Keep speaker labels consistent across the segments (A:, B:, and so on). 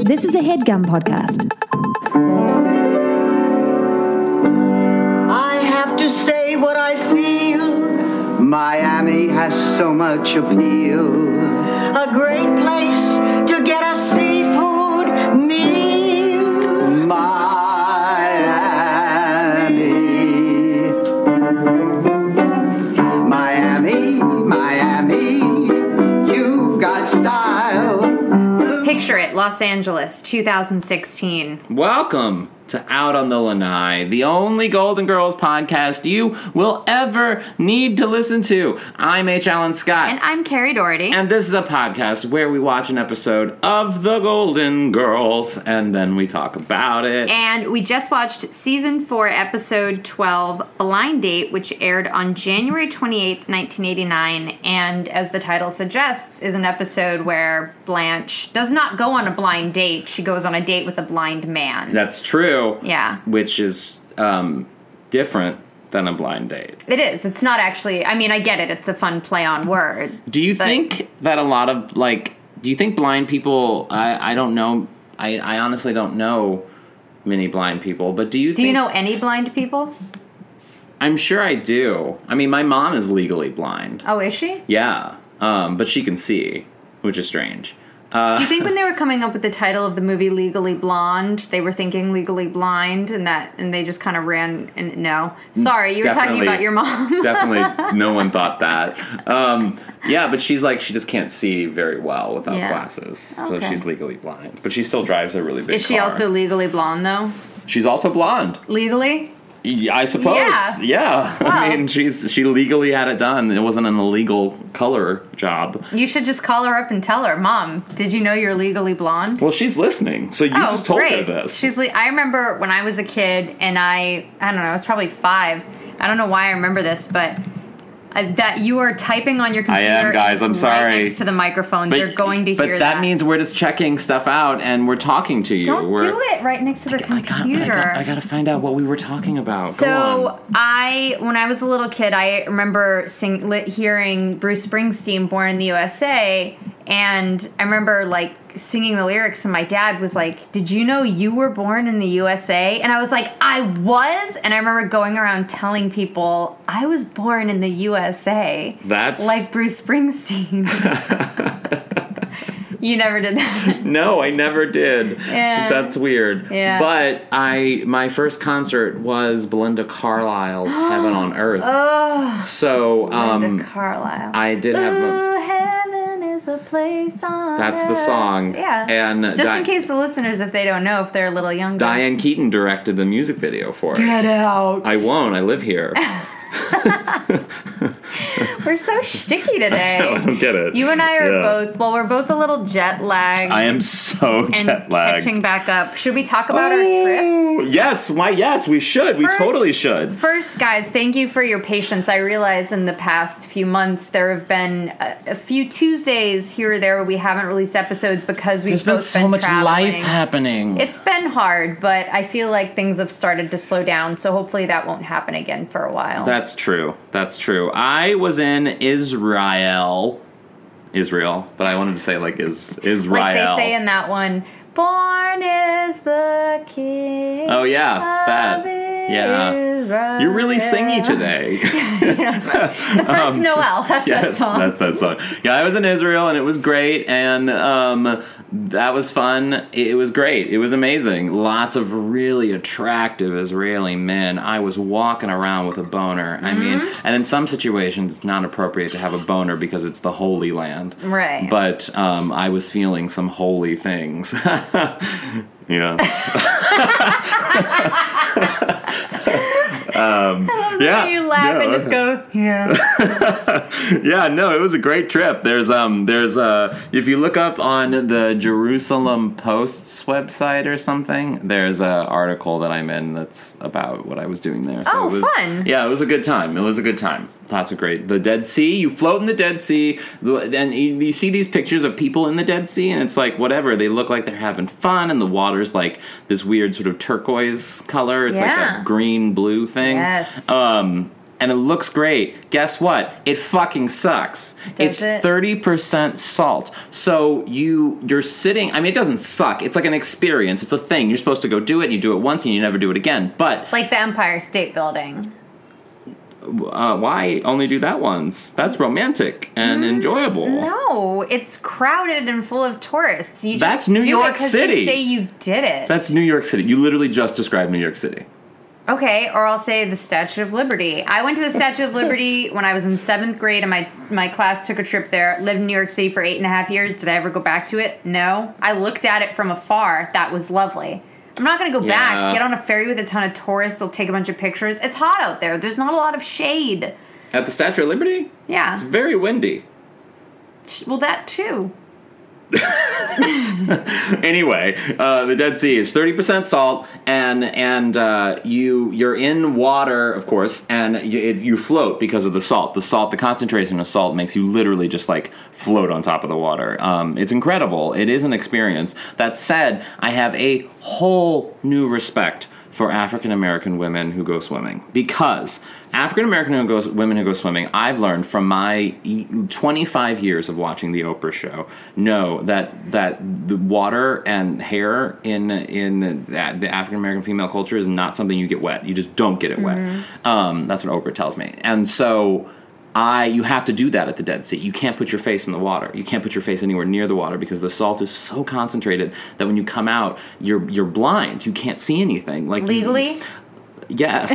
A: This is a headgum podcast.
B: I have to say what I feel. Miami has so much appeal. A great place to get a seafood meal. Miami. Miami, Miami, you've got style.
C: Picture it, Los Angeles, 2016.
D: Welcome to Out on the Lanai, the only Golden Girls podcast you will ever need to listen to. I'm H. Allen Scott.
C: And I'm Carrie Doherty.
D: and this is a podcast where we watch an episode of The Golden Girls and then we talk about it.
C: And we just watched season 4, episode 12, Blind Date, which aired on January 28th, 1989. And as the title suggests, is an episode where Blanche does not go on a blind date, she goes on a date with a blind man.
D: That's true.
C: Yeah.
D: Which is um, different than a blind date.
C: It is. It's not actually, I mean, I get it, it's a fun play on word.
D: Do you
C: But-
D: think that a lot of like do you think blind people I I don't know I I honestly don't know many blind people, but do you
C: Do you know any blind people?
D: I'm sure I do. I mean, my mom is legally blind.
C: Oh, is she?
D: Yeah, um, but she can see, which is strange.
C: Do you think when they were coming up with the title of the movie Legally Blonde, they were thinking Legally Blind and that and they just kind of ran and no. Sorry, you were talking
D: Mm, Definitely-
C: about your mom.
D: Definitely, no one thought that. Um, yeah, but she's like she just can't see very well without
C: Yeah.
D: glasses, so
C: Okay.
D: sheys legally blind. But she still drives a really big.
C: Is she
D: car.
C: also legally blonde though?
D: She's also blonde.
C: Legally?
D: Y- I suppose.
C: Yeah.
D: Yeah. I
C: Wow.
D: mean, she's she legally had it done. It wasn't an illegal color job.
C: You should just call her up and tell her, "Mom, did you know you're legally blonde?"
D: Well, she's listening, so you
C: oh,
D: just told
C: great.
D: her this.
C: She's le- I remember when I was a kid and I I don't know, I was probably 5. I don't know why I remember this, but uh, that you are typing on your computer.
D: am,
C: and
D: guys.
C: it's
D: I'm
C: right
D: sorry.
C: next to the microphone, they're going to
D: but
C: hear
D: that means we're just checking stuff out and we're talking to you.
C: Don't
D: we're,
C: do it right next to the
D: I got, I,
C: computer.
D: got, I got to find out what we were talking about. Go
C: so
D: on.
C: I, when I was a little kid, I remember sing, lit, hearing Bruce Springsteen, "Born in the USA," and I remember like singing the lyrics, and my dad was like, "Did you know you were born in the USA?" And I was like, "I was," and I remember going around telling people I was born in the USA,
D: that's
C: like Bruce Springsteen. you never did that.
D: no, I never did.
C: Yeah.
D: That's weird.
C: Yeah.
D: But I my first concert was Belinda Carlisle's Heaven on Earth.
C: Oh,
D: so um
C: Linda Carlisle.
D: I did have a,
C: Ooh, heaven is a place on
D: That's the
C: earth.
D: song.
C: Yeah.
D: And
C: just
D: Di-
C: in case the listeners, if they don't know, if they're a little younger,
D: Diane Keaton directed the music video for it.
C: Get out.
D: I won't. I live here. I
C: We're so sticky today.
D: don't get it.
C: you and I are
D: Yeah.
C: both. Well, we're both a little jet lagged.
D: I am so
C: and
D: jet lagged.
C: catching back up. Should we talk about our
D: Oh,
C: trips?
D: Yes, why? Yes, we should. we
C: First-
D: totally should.
C: First, guys, thank you for your patience. I realize in the past few months there have been a, a few Tuesdays here or there where we haven't released episodes because we've both been traveling.
D: happening.
C: It's been hard, but I feel like things have started to slow down, so hopefully that won't happen again for a while.
D: That's true. That's true. I was in Israel. Israel, but I wanted to say like is Israel.
C: like they say in that one, "Born is the King."
D: Oh, yeah,
C: of
D: that. Yeah.
C: Israel."
D: You're really singy today.
C: The first Noel. That's that
D: yes,
C: song.
D: that's that song. Yeah, I was in Israel and it was great and um that was fun. It was great. It was amazing. Lots of really attractive Israeli men. I was walking around with a boner. I mean,
C: Mm-hmm.
D: and in some situations it's not appropriate to have a boner because it's the holy land.
C: Right.
D: But um I was feeling some holy things. yeah. Um, yeah.
C: you laugh
D: No,
C: and just
D: okay.
C: go, yeah.
D: yeah, no, it was a great trip. There's um there's uh if you look up on the Jerusalem Post's website or something, there's a article that I'm in that's about what I was doing there. So
C: Oh,
D: it was,
C: fun.
D: Yeah, it was a good time. It was a good time. Lots of great. The Dead Sea, you float in the Dead Sea, the- and you, you see these pictures of people in the Dead Sea, and it's like whatever. They look like they're having fun, and the water's like this weird sort of turquoise color. It's like
C: Yeah.
D: a green blue thing.
C: Yes.
D: Um, and it looks great. Guess what? It fucking sucks.
C: Does
D: it's
C: it?
D: thirty percent salt. So you you're sitting. I mean, it doesn't suck. It's like an experience. It's a thing. You're supposed to go do it. and You do it once, and you never do it again. But
C: Like the Empire State Building.
D: uh, why only do that once? That's romantic and enjoyable.
C: Mm, No, it's crowded and full of tourists. You just
D: That's New
C: do it
D: York
C: 'cause They
D: City.
C: say you did it.
D: That's New York City. You literally just described New York City.
C: Okay, or I'll say the Statue of Liberty. I went to the Statue of Liberty when I was in seventh grade, and my my class took a trip there. Lived in New York City for eight and a half years. Did I ever go back to it? No. I looked at it from afar. That was lovely. I'm not gonna go
D: Yeah.
C: back. Get on a ferry with a ton of tourists. They'll take a bunch of pictures. It's hot out there. There's not a lot of shade.
D: At the Statue of Liberty?
C: Yeah.
D: It's very windy.
C: Well, that too.
D: Anyway, uh, the Dead Sea is thirty percent salt, and and uh, you you're in water, of course, and you, it, you float because of the salt. The salt, the concentration of salt, makes you literally just like float on top of the water. Um, it's incredible. It is an experience. That said, I have a whole new respect for African American women who go swimming because African American who goes women who go swimming, I've learned from my e- 25 years of watching the Oprah show, know that that the water and hair in in that the African American female culture is not something you get wet. You just don't get it wet. Um, that's what Oprah tells me, and so. I you have to do that at the Dead Sea. You can't put your face in the water. You can't put your face anywhere near the water because the salt is so concentrated that when you come out, you're you're blind. You can't see anything. Like you-
C: Legally,
D: Yes.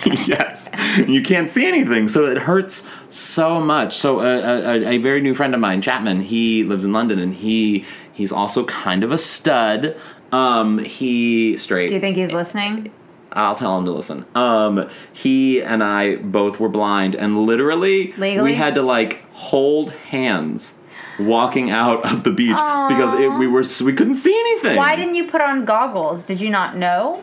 D: yes. You can't see anything. So it hurts so much. So a, a, a- a very new friend of mine, Chapman, he lives in London and he he's also kind of a stud. Um, he straight.
C: do you think he's listening?
D: I'll tell him to listen. Um, he and I both were blind, and literally,
C: Legally?
D: we had to like hold hands walking out of the beach because it, we were we couldn't see anything.
C: Why didn't you put on goggles? Did you not know?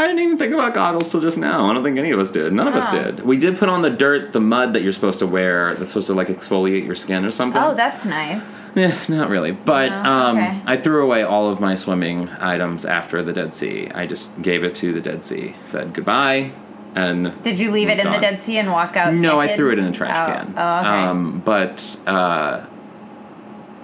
D: I didn't even think about goggles till just now. I don't think any of us did. None of us
C: Wow.
D: did. We did put on the dirt, the mud that you're supposed to wear. That's supposed to like exfoliate your skin or something.
C: Oh, that's nice.
D: Eh, not really. But
C: No?
D: um,
C: Okay.
D: I threw away all of my swimming items after the Dead Sea. I just gave it to the Dead Sea. Said goodbye, and
C: Did you leave it
D: Moved
C: in the
D: on.
C: Dead Sea and walk out?
D: no, I
C: naked?
D: threw it in a trash
C: Oh.
D: can.
C: Oh, okay.
D: Um, but uh,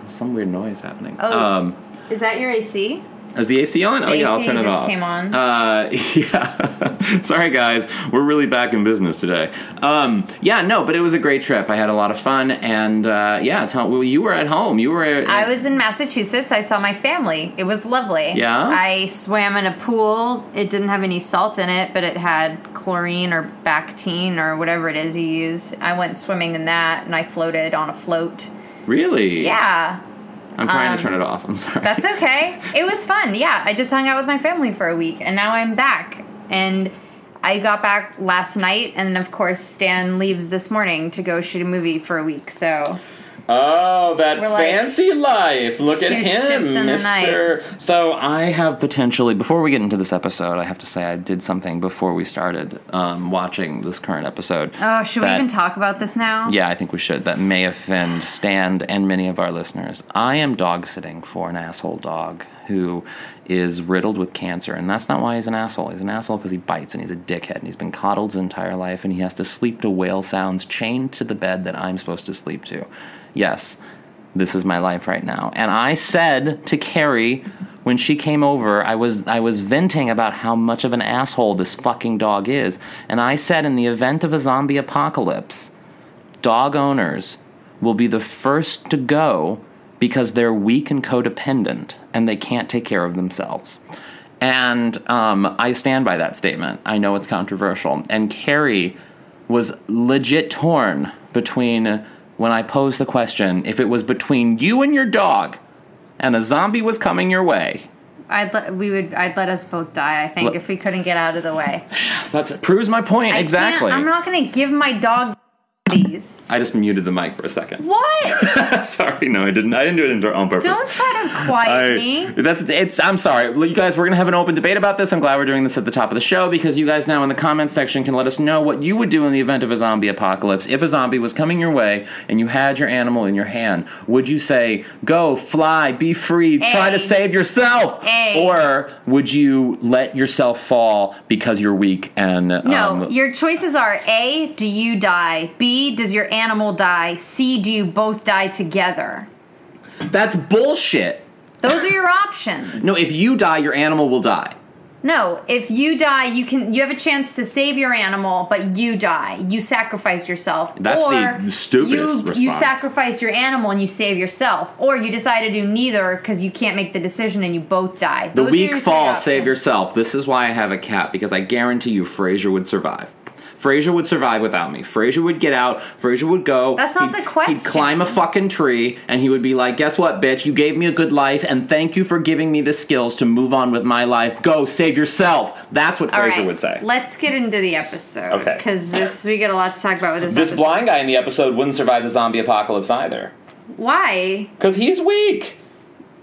D: some weird noise happening.
C: Oh.
D: Um,
C: Is that your AC?
D: is the AC on? oh
C: The
D: yeah, I'll
C: AC
D: turn it
C: just
D: off.
C: came on.
D: Uh, yeah. Sorry guys, we're really back in business today. Um, yeah, no, but it was a great trip. I had a lot of fun, and uh, yeah, tell, well, you were at home. You were. At,
C: I was in Massachusetts. I saw my family. It was lovely.
D: Yeah?
C: I swam in a pool. It didn't have any salt in it, but it had chlorine or Bactine or whatever it is you use. I went swimming in that and I floated on a float.
D: really.
C: Yeah.
D: I'm trying
C: um,
D: to turn it off. I'm sorry.
C: That's okay. It was fun. Yeah, I just hung out with my family for a week, and now I'm back. And I got back last night, and of course, Stan leaves this morning to go shoot a movie for a week. So
D: Oh, that
C: We're like
D: fancy life. Look at
C: two
D: him,
C: ships in the night.
D: mister. So I have potentially, before we get into this episode, I have to say I did something before we started um, watching this current episode.
C: Oh, should we
D: that-
C: even talk about this now?
D: Yeah, I think we should. That may offend Stand and many of our listeners. I am dog sitting for an asshole dog who is riddled with cancer, and that's not why he's an asshole. He's an asshole because he bites and he's a dickhead, and he's been coddled his entire life, and he has to sleep to whale sounds chained to the bed that I'm supposed to sleep to. Yes, this is my life right now. And I said to Carrie when she came over, I was I was venting about how much of an asshole this fucking dog is, and I said in the event of a zombie apocalypse dog owners will be the first to go because they're weak and codependent and they can't take care of themselves. And um, I stand by that statement. I know it's controversial. And Carrie was legit torn between when I posed the question if it was between you and your dog and a zombie was coming your way.
C: I'd let we would I'd let us both die. I think
D: Let-
C: if we couldn't get out of the way.
D: Yes, that proves my point
C: I can't-
D: exactly.
C: I'm not gonna give my dog these.
D: I just muted the mic for a second.
C: What?
D: sorry, no, I didn't. I didn't do it on purpose.
C: Don't try to quiet me.
D: I, um, that's it's. I'm sorry, Well, you guys. We're gonna have an open debate about this. I'm glad we're doing this at the top of the show because you guys now in the comments section can let us know what you would do in the event of a zombie apocalypse. If a zombie was coming your way and you had your animal in your hand, would you say, "Go, fly, be free, try
C: A.
D: to save yourself,"
C: A.
D: or would you let yourself fall because you're weak and
C: No,
D: um,
C: your choices are A, do you die? B, does your animal die? C, do you both die together?
D: that's bullshit.
C: Those are your options.
D: No, if you die, your animal will die.
C: No, if you die, you can you have a chance to save your animal, but you die. You sacrifice yourself.
D: That's the
C: or
D: stupidest
C: you, You
D: response.
C: sacrifice your animal and you save yourself, or you decide to do neither because you can't make the decision and you both die.
D: The
C: Those are
D: weak
C: your three
D: fall,
C: options.
D: save yourself. This is why I have a cat because I guarantee you, Frasier would survive. Frasier would survive without me. Frasier would get out. Frasier would go.
C: That's not
D: He'd-
C: the question.
D: He'd climb a fucking tree and he would be like, "Guess what, bitch? You gave me a good life, and thank you for giving me the skills to move on with my life. Go save yourself." That's what
C: All
D: Frasier
C: right,
D: would say.
C: Let's get into the episode.
D: Okay.
C: Because this we get a lot to talk about with this.
D: this
C: episode.
D: blind guy in the episode wouldn't survive the zombie apocalypse either
C: Why?
D: because he's weak.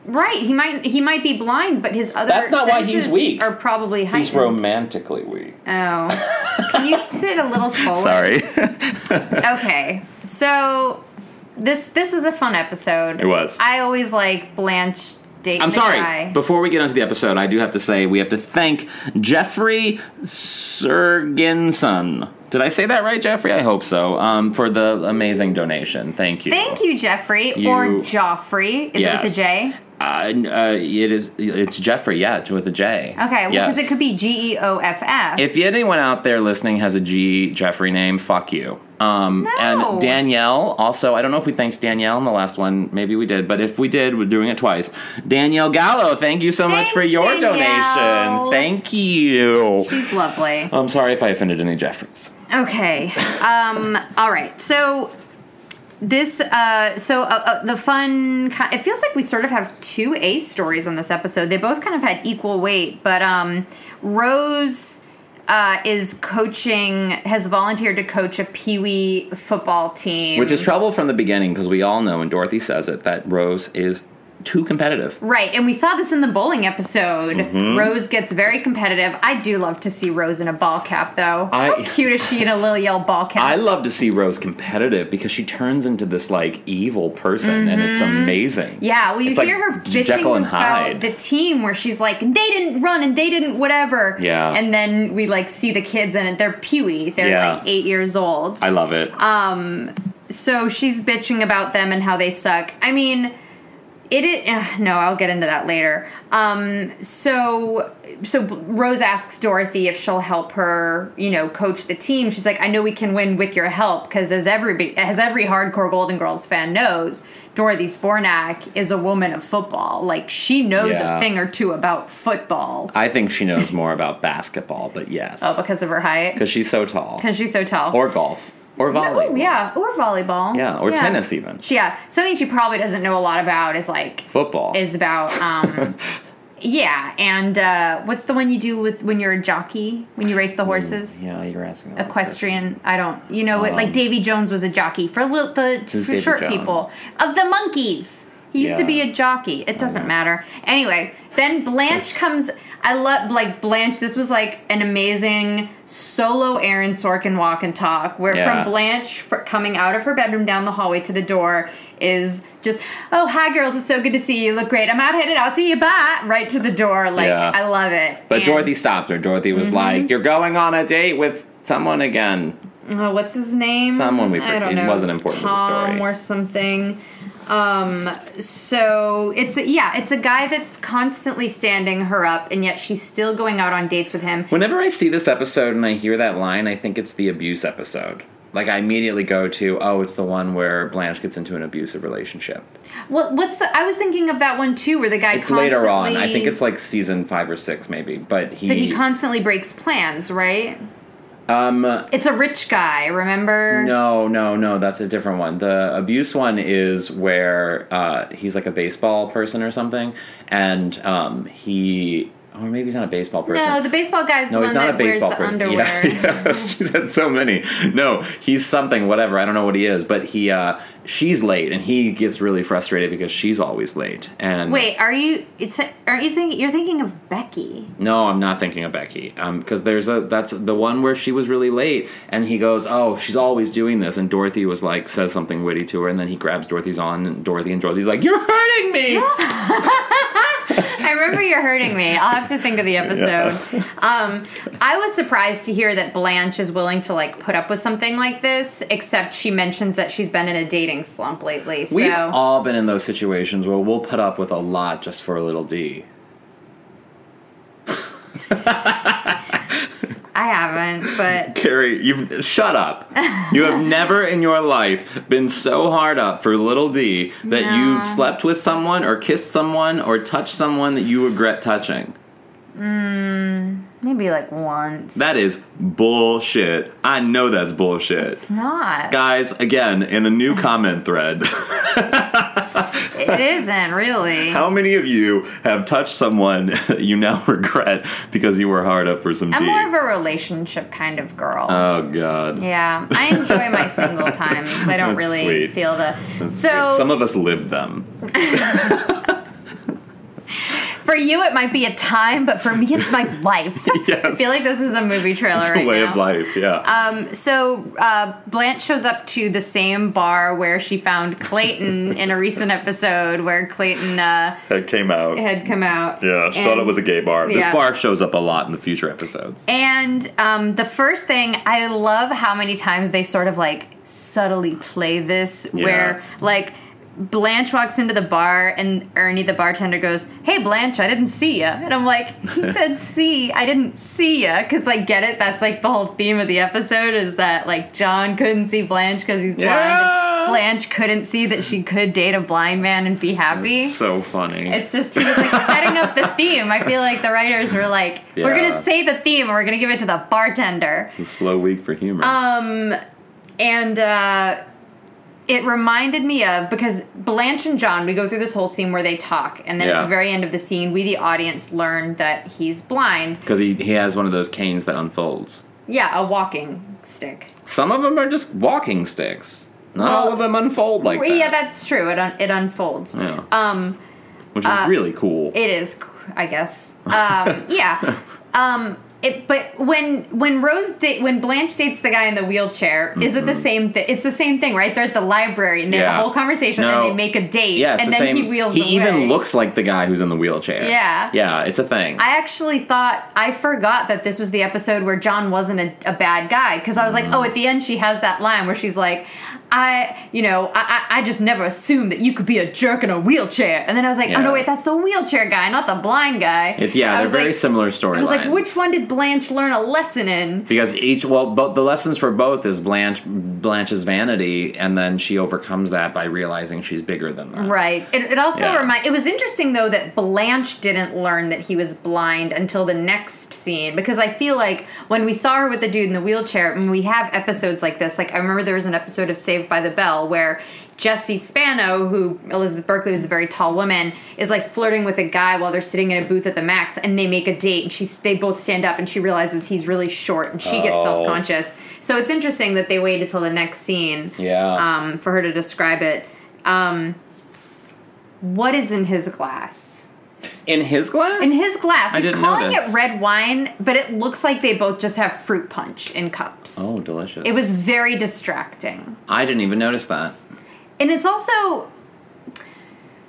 C: Right. He might he might be blind, but his other
D: That's not why he's
C: senses
D: weak.
C: Are probably heightened.
D: He's romantically weak.
C: Oh. Can you sit a little forward?
D: Sorry,
C: Okay. So this this was a fun episode.
D: It was.
C: I always like Blanche date.
D: I'm
C: the
D: sorry.
C: guy.
D: Before we get into the episode, I do have to say we have to thank Jeffrey Sergenson. Did I say that right, Jeffrey? I hope so. Um, for the amazing donation, thank you.
C: Thank you, Jeffrey.
D: You-
C: or Joffrey. Is it with
D: Yes.
C: a J?
D: Uh, n- uh, it is. It's Jeffrey. Yeah, it's with a J.
C: Okay, well, because
D: Yes.
C: it could be G E O F F.
D: If anyone out there listening has a G Jeffrey name, fuck you. Um,
C: No.
D: And Danielle, also, I don't know if we thanked Danielle in the last one. Maybe we did, but if we did, we're doing it twice. Danielle Gallo, thank you so much for
C: Thanks,
D: your
C: Danielle.
D: donation. Thank you.
C: She's lovely.
D: I'm sorry if I offended any Jeffreys.
C: Okay. Um. all right. So this. Uh. So uh, uh, the fun. ki- It feels like we sort of have two A stories on this episode. They both kind of had equal weight, but um, Rose. Uh, is coaching has volunteered to coach a Pee Wee football team,
D: Which is trouble from the beginning because we all know, and Dorothy says it, that Rose is too competitive.
C: right. And we saw this in the bowling episode.
D: Mm-hmm.
C: Rose gets very competitive. I do love to see Rose in a ball cap, though.
D: I-
C: How cute is she in a little yellow ball cap?
D: I love to see Rose competitive because she turns into this like evil person, and it's amazing.
C: Mm-hmm. Yeah, well, you
D: It's like
C: hear her
D: J-
C: bitching
D: Jekyll and
C: about
D: Hyde.
C: the team where she's like, they didn't run and they didn't whatever.
D: Yeah.
C: And then we like see the kids and they're peewee. They're
D: Yeah.
C: like eight years old.
D: I love it.
C: so she's bitching about them and how they suck. I mean, it is. ugh, no, I'll get into that later. Um, so so Rose asks Dorothy if she'll help her, you know, coach the team. She's like, I know we can win with your help because as every as every hardcore Golden Girls fan knows, Dorothy Spornak is a woman of football. Like she knows
D: Yeah.
C: a thing or two about football.
D: I think she knows more about basketball, but yes.
C: Oh, because of her height,
D: Because she's so tall.
C: because she's so tall.
D: Or golf. Or volleyball.
C: Oh, yeah, or volleyball.
D: Yeah, or tennis even.
C: She- Yeah, something she probably doesn't know a lot about is like
D: Football.
C: is about um yeah, and uh what's the one you do with when you're a jockey when you race the horses?
D: yeah, you're asking. the right
C: Equestrian, I don't, you know, it like
D: Um,
C: Davy Jones was a jockey for little, the
D: Who's
C: for
D: Davy
C: short
D: Jones?
C: people of the monkeys. He used to
D: Yeah.
C: be a jockey. It doesn't matter. Anyway, then Blanche comes. I love like Blanche. This was like an amazing solo Aaron Sorkin walk and talk, where
D: Yeah.
C: from Blanche for coming out of her bedroom down the hallway to the door is just, oh hi girls, it's so good to see you. Look great. I'm out headed. I'll see you. Bye. Right to the door. Like
D: Yeah.
C: I love it.
D: But
C: And- Mm-hmm.
D: Dorothy stopped her. Dorothy was like, "You're going on a date with someone again."
C: Oh, what's his name?
D: Someone
C: I
D: we for-
C: don't
D: it
C: know.
D: wasn't important to the
C: Tom
D: story.
C: or something. Um, so it's a, yeah, it's a guy that's constantly standing her up, and yet she's still going out on dates with him.
D: Whenever I see this episode and I hear that line, I think it's the abuse episode. Like I immediately go to, "Oh, it's the one where Blanche gets into an abusive relationship."
C: What, what's the? I was thinking of that one too, where the guy
D: It's
C: constantly,
D: later on. I think it's like season 5 or 6 maybe, but he,
C: but he constantly breaks plans, right?
D: um
C: It's a rich guy, remember?
D: No, no, no. That's a different one. The abuse one is where uh, he's like a baseball person or something, and um, he Or maybe he's not a baseball person.
C: No, the baseball guy's the
D: No,
C: one
D: he's not
C: that
D: a baseball
C: wears the
D: person.
C: underwear.
D: Yeah, yeah. she's had so many. No, he's something, whatever. I don't know what he is, but he, uh, she's late, and he gets really frustrated because she's always late. And
C: Wait, are you? It's are you thinking? You're thinking of Becky.
D: no, I'm not thinking of Becky. Um, because there's a that's the one where she was really late, and he goes, "Oh, she's always doing this." And Dorothy was like, says something witty to her, and then he grabs Dorothy's on, and Dorothy and Dorothy's like, "You're hurting me."
C: I remember you're hurting me. I'll have to think of the episode. Um, I was surprised to hear that Blanche is willing to like put up with something like this, except she mentions that she's been in a dating slump lately. So
D: We've all been in those situations where we'll put up with a lot just for a little D.
C: I haven't, but
D: Carrie, you've shut up. You have never in your life been so hard up for little D that
C: No.
D: you've slept with someone or kissed someone or touched someone that you regret touching.
C: maybe like once.
D: That is bullshit. I know that's bullshit.
C: It's not.
D: Guys, again, in a new comment thread,
C: It isn't really.
D: how many of you have touched someone that you now regret because you were hard up for some
C: I'm
D: D?
C: more of a relationship kind of girl.
D: oh god.
C: yeah, I enjoy my single times. I don't
D: That's
C: really
D: sweet.
C: feel the. So
D: some of us live them.
C: For you, it might be a time, but for me, it's my life.
D: Yes.
C: I feel like this is a movie trailer
D: It's
C: right
D: a way
C: now.
D: of life, yeah.
C: Um, so uh, Blanche shows up to the same bar where she found Clayton in a recent episode where Clayton uh,
D: that came out.
C: had come out.
D: Yeah, she thought
C: And-
D: it was a gay bar.
C: yeah.
D: This bar shows up a lot in the future episodes.
C: And um, the first thing, I love how many times they sort of like subtly play this,
D: Yeah.
C: where like Blanche walks into the bar and Ernie, the bartender, goes, "Hey, Blanche, I didn't see ya," and I'm like, "He said see, I didn't see ya," because like get it? That's like the whole theme of the episode is that like John couldn't see Blanche because he's blind.
D: Yeah.
C: and Blanche couldn't see that she could date a blind man and be happy.
D: So funny.
C: It's just he was like setting up the theme. I feel like the writers were like, "We're
D: Yeah.
C: gonna say the theme, and we're gonna give it to the bartender."
D: a slow week for humor.
C: Um, And uh, it reminded me of because Blanche and John, we go through this whole scene where they talk, and then at
D: Yeah.
C: the very end of the scene, we the audience learn that he's blind.
D: Because he, he has one of those canes that unfolds.
C: Yeah, a walking stick.
D: Some of them are just walking sticks. Not all
C: Well,
D: of them unfold like that.
C: yeah, that's true. It un- it unfolds.
D: Yeah.
C: Um.
D: which is really cool.
C: It is, I guess. Um, yeah. Um, it, but when when Rose da- when Blanche dates the guy in the wheelchair, is it the same thing? It's the same thing, right? They're at the library and they have
D: Mm-hmm. Yeah.
C: a whole conversation
D: No.
C: and they make a date,
D: yeah, it's
C: and
D: the
C: then
D: same.
C: he wheels. away.
D: even looks like the guy who's in the wheelchair.
C: Yeah.
D: Yeah, it's a thing.
C: I actually thought I forgot that this was the episode where John wasn't a, a bad guy because I was like,
D: Mm.
C: oh, at the end she has that line where she's like, I, you know, I, I, I just never assumed that you could be a jerk in a wheelchair, and then I was like, oh
D: Yeah.
C: no, wait, that's the wheelchair guy, not the blind guy.
D: It's yeah,
C: I
D: they're
C: was
D: very
C: like-
D: similar storylines.
C: I was like, which one did Blanche learn a lesson in?
D: because each well both the lessons for both is blanche blanche's vanity and then she overcomes that by realizing she's bigger than that
C: Right. It, it also
D: Yeah.
C: remind. It was interesting though that Blanche didn't learn that he was blind until the next scene because I feel like when we saw her with the dude in the wheelchair, and we have episodes like this. Like I remember there was an episode of Saved by the Bell where Jesse Spano, who Elizabeth Berkley was a very tall woman, is like flirting with a guy while they're sitting in a booth at the Max, and they make a date, and she they both stand up, and she realizes he's really short, and she gets
D: Oh.
C: self conscious. So it's interesting that they waited till the next scene
D: yeah
C: um, for her to describe it. Um, what is in his glass?
D: in his glass
C: In his glass,
D: I
C: he's
D: didn't know
C: calling
D: this.
C: it red wine, but it looks like they both just have fruit punch in cups.
D: oh delicious
C: It was very distracting,
D: i didn't even notice that
C: and it's also.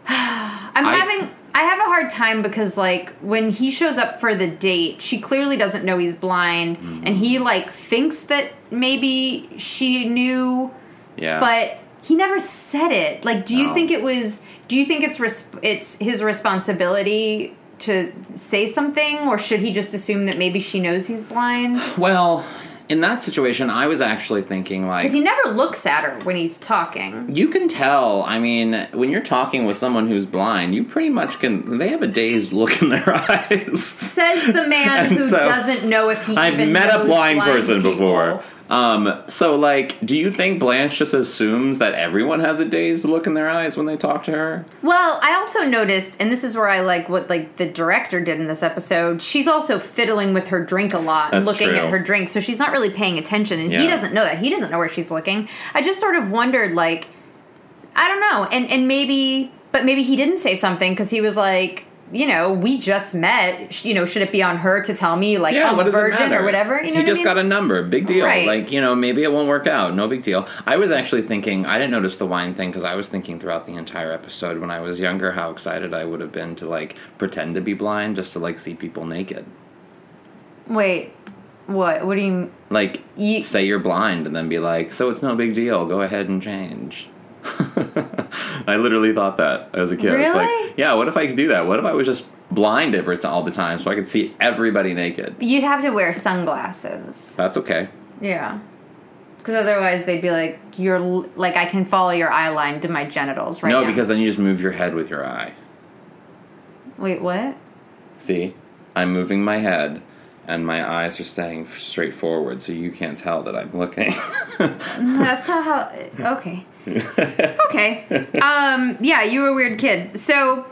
C: I'm
D: I-
C: having. I have a hard time because like when he shows up for the date, she clearly doesn't know he's blind,
D: Mm-hmm.
C: and he like thinks that maybe she knew
D: yeah
C: but he never said it. Like, do you
D: No.
C: think it was? Do you think it's res- it's his responsibility to say something, or should he just assume that maybe she knows he's blind?
D: well in that situation i was actually thinking like
C: Because he never looks at her when he's talking.
D: you can tell i mean when you're talking with someone who's blind you pretty much can they have a dazed look in their eyes
C: Says the man
D: And
C: who
D: so,
C: doesn't know if he.
D: I've
C: even
D: met a
C: knows
D: blind person
C: people.
D: before. Um, so, like, do you think Blanche just assumes that everyone has a dazed look in their eyes when they talk to her?
C: Well, I also noticed, and this is where I like what like the director did in this episode. She's also fiddling with her drink a lot and
D: That's
C: looking
D: true.
C: at her drink, so she's not really paying attention, and he
D: Yeah.
C: doesn't know that. He doesn't know where she's looking. I just sort of wondered, like, I don't know, and and maybe, but maybe he didn't say something because he was like. You know, we just met. sh- You know, should it be on her to tell me like I'm
D: what
C: a
D: does it
C: virgin or
D: matter?
C: whatever? You know,
D: he
C: what I
D: just
C: mean?
D: got a number. Big deal.
C: Right.
D: Like, you know, maybe it won't work out. No big deal. I was actually thinking, I didn't notice the wine thing because I was thinking throughout the entire episode when I was younger how excited I would have been to, like, pretend to be blind just to, like, see people naked.
C: Wait, what? What do you?
D: Like,
C: Ye-
D: say you're blind and then be like, so it's no big deal. Go ahead and change. I literally thought that as a kid. I was
C: Really?
D: like, yeah, what if I could do that? What if I was just blind every all the time so I could see everybody naked?
C: You'd have to wear sunglasses.
D: That's okay.
C: Yeah. Because otherwise, they'd be like, "You're l- like I can follow your eye line to my genitals right
D: no,
C: now."
D: because then you just move your head with your eye.
C: wait, what?
D: See, I'm moving my head, and my eyes are staying f- straight forward, so you can't tell that I'm looking.
C: No, That's not how. Okay. okay. Um. Yeah, you were a weird kid. So.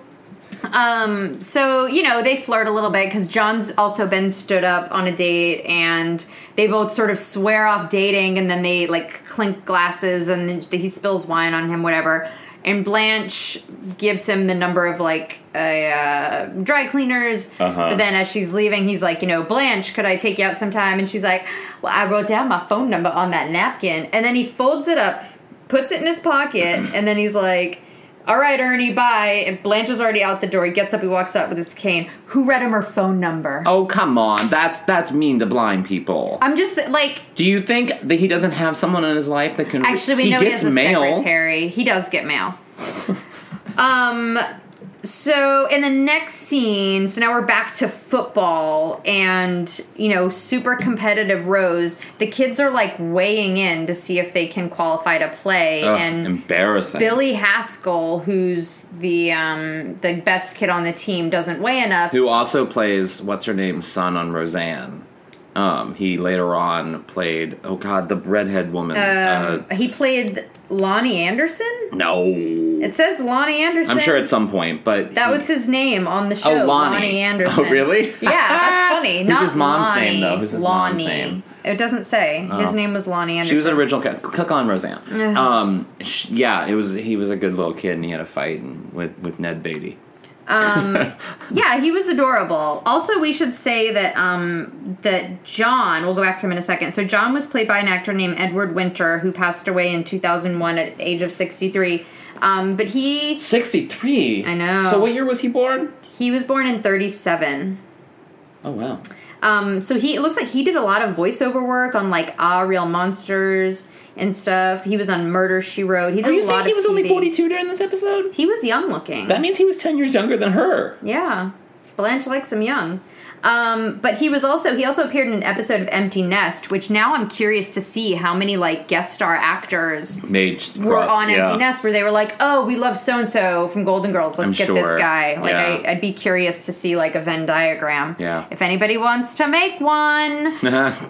C: Um. So you know they flirt a little bit because John's also been stood up on a date, and they both sort of swear off dating, and then they like clink glasses, and then he spills wine on him, whatever. And Blanche gives him the number of like a uh, dry cleaners,
D: Uh-huh.
C: but then as she's leaving, he's like, you know, Blanche, could I take you out sometime? And she's like, well, I wrote down my phone number on that napkin, and then he folds it up, puts it in his pocket, and then he's like, all right, Ernie, bye. And Blanche is already out the door. He gets up, he walks out with his cane. Who read him her phone number?
D: oh, come on, that's that's mean to blind people.
C: I'm just like,
D: Do you think that he doesn't have someone in his life that can?
C: Actually, we
D: he
C: know he
D: gets
C: has a
D: mail.
C: secretary. He does get mail. um. So in the next scene, so now we're back to football and you know super competitive rows. The kids are like weighing in to see if they can qualify to play,
D: Ugh,
C: and
D: embarrassing.
C: Billy Haskell, who's the um, the best kid on the team, doesn't weigh enough.
D: who also plays what's her name's son on Roseanne. Um, he later on played. Oh God, the redhead woman.
C: Um, he played Lonnie Anderson.
D: uh, no,
C: It says Lonnie Anderson.
D: I'm sure at some point, but
C: That
D: he-
C: was his name on the show,
D: Mm. Oh, Lonnie.
C: Anderson.
D: Oh, really?
C: Yeah, that's funny.
D: Who's
C: Not
D: his mom's
C: Lonnie.
D: name, though? Who's his mom's
C: Lonnie.
D: name?
C: It doesn't say. His
D: Oh.
C: name was Lonnie Anderson.
D: She was an original. ca- Click on Roseanne.
C: Uh-huh.
D: Um, sh- yeah, it was. He was a good little kid, and he had a fight and, with with Ned Beatty.
C: Yeah, he was adorable. Also, we should say that um that John, we'll go back to him in a second. So John was played by an actor named Edward Winter who passed away in 2001 at the age of 63. Um but he
D: Sixty three.
C: I know.
D: So what year was he born?
C: he was born in 37.
D: Oh wow.
C: Um, so he it looks like he did a lot of voiceover work on like Ah Real Monsters and stuff. He was on Murder She Wrote. He did
D: Are you
C: a lot
D: saying
C: of
D: he was only
C: TV.
D: forty two during this episode?
C: He was young looking.
D: That means he was ten years younger than her.
C: yeah, Blanche likes him young. Um, but he was also he also appeared in an episode of Empty Nest, which now I'm curious to see how many like guest star actors
D: Mage.
C: were on Empty Nest where they were like, oh, we love so and so from Golden Girls. Let's
D: I'm
C: get this
D: sure.
C: guy. Like
D: Yeah.
C: I, I'd be curious to see like a Venn diagram.
D: Yeah.
C: If anybody wants to make one.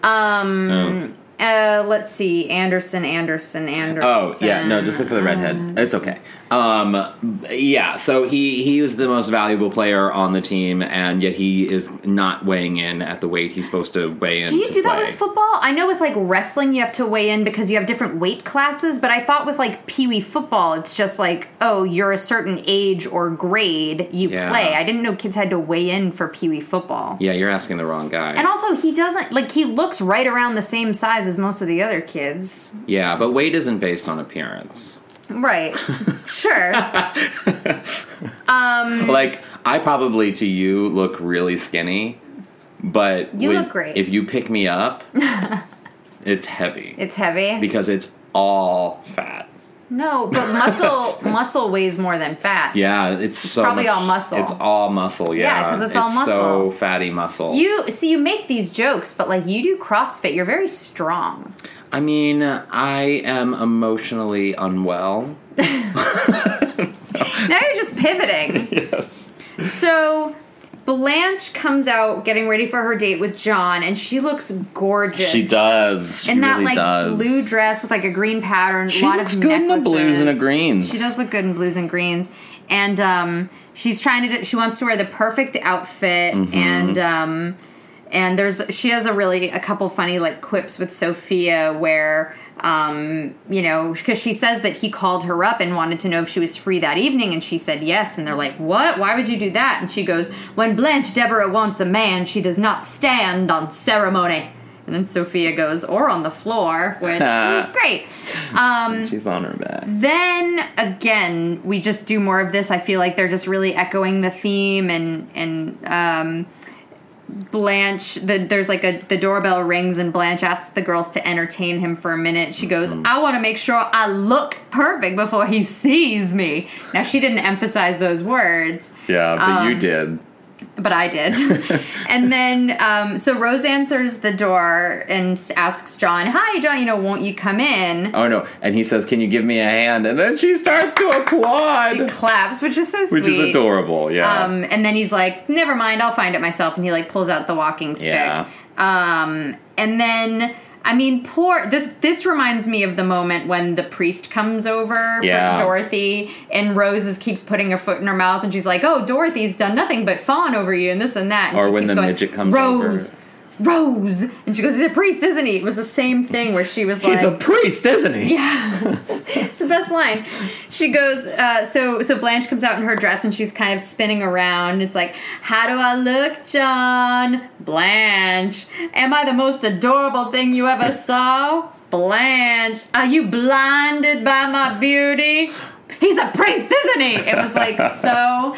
D: um.
C: Uh, let's see. Anderson, Anderson, Anderson.
D: Oh yeah, no, just look for the redhead. It's okay. Um, yeah, so he he was the most valuable player on the team, and yet he is not weighing in at the weight he's supposed to weigh in.
C: Do you
D: to
C: do that
D: play.
C: with football? I know with like wrestling, you have to weigh in because you have different weight classes. But I thought with like pee wee football, it's just like, oh, you're a certain age or grade you
D: Yeah.
C: play. I didn't know kids had to weigh in for pee wee football.
D: Yeah, you're asking the wrong guy.
C: And also, he doesn't like he looks right around the same size as most of the other kids.
D: yeah, but weight isn't based on appearance.
C: Right. sure. Mm.
D: Like I probably to you look really skinny, but
C: You
D: when-
C: look great.
D: If you pick me up, it's heavy
C: It's heavy.
D: because it's all fat.
C: no, but muscle muscle weighs more than fat.
D: Yeah, it's so
C: probably
D: much-
C: all muscle.
D: It's all muscle. Yeah,
C: Yeah, 'cause it's all muscle.
D: So fatty muscle.
C: You see, you make these jokes, but like you do CrossFit, you're very strong.
D: I mean, I am emotionally unwell.
C: Now you're just pivoting.
D: Yes.
C: So Blanche comes out getting ready for her date with John, and she looks gorgeous.
D: She does. She
C: In that
D: really
C: like
D: does.
C: blue dress with like a green pattern,
D: She
C: a lot
D: looks
C: of
D: good in the
C: necklaces.
D: blues and the greens.
C: She does look good in blues and greens, and um, she's trying to. do- She wants to wear the perfect outfit,
D: Mm-hmm.
C: and um, and there's she has a really a couple funny like quips with Sophia where. Um, you know, because she says that he called her up and wanted to know if she was free that evening, and she said yes. And they're like, "What? Why would you do that?" And she goes, "When Blanche Devereaux wants a man, she does not stand on ceremony." And then Sophia goes, "Or on the floor," which is great.
D: She's on her back.
C: Then again, we just do more of this. I feel like they're just really echoing the theme and and um, Blanche. The, there's like a the doorbell rings and Blanche asks the girls to entertain him for a minute. She goes,
D: Mm-hmm.
C: "I want to make sure I look perfect before he sees me." Now she didn't emphasize those words
D: Yeah, but
C: Um,
D: you did.
C: but I did. and then, um, so Rose answers the door and s- asks John, "Hi, John. You know, won't you come in?"
D: Oh no! And he says, "Can you give me a hand?" And then she starts to
C: She
D: applaud,
C: claps, which is so sweet,
D: Oh, which is adorable. Yeah.
C: Um, and then he's like, "Never mind, I'll find it myself." And he like pulls out the walking stick.
D: Yeah.
C: Um, and then. I mean, poor. This this reminds me of the moment when the priest comes over
D: Yeah.
C: for Dorothy, and Rose is, keeps putting her foot in her mouth, and she's like, "Oh, Dorothy's done nothing but fawn over you, and this and that." And
D: Or
C: she
D: when
C: keeps
D: the
C: going,
D: midget comes over.
C: Rose, Rose, and she goes, "He's a priest, isn't he?" It was the same thing where she was like,
D: He's a priest, isn't he?
C: it's the best line. She goes, uh, so so Blanche comes out in her dress and she's kind of spinning around. It's like, how do I look, John? Blanche, am I the most adorable thing you ever saw? Blanche, are you blinded by my beauty? He's a priest, isn't he? It was like so.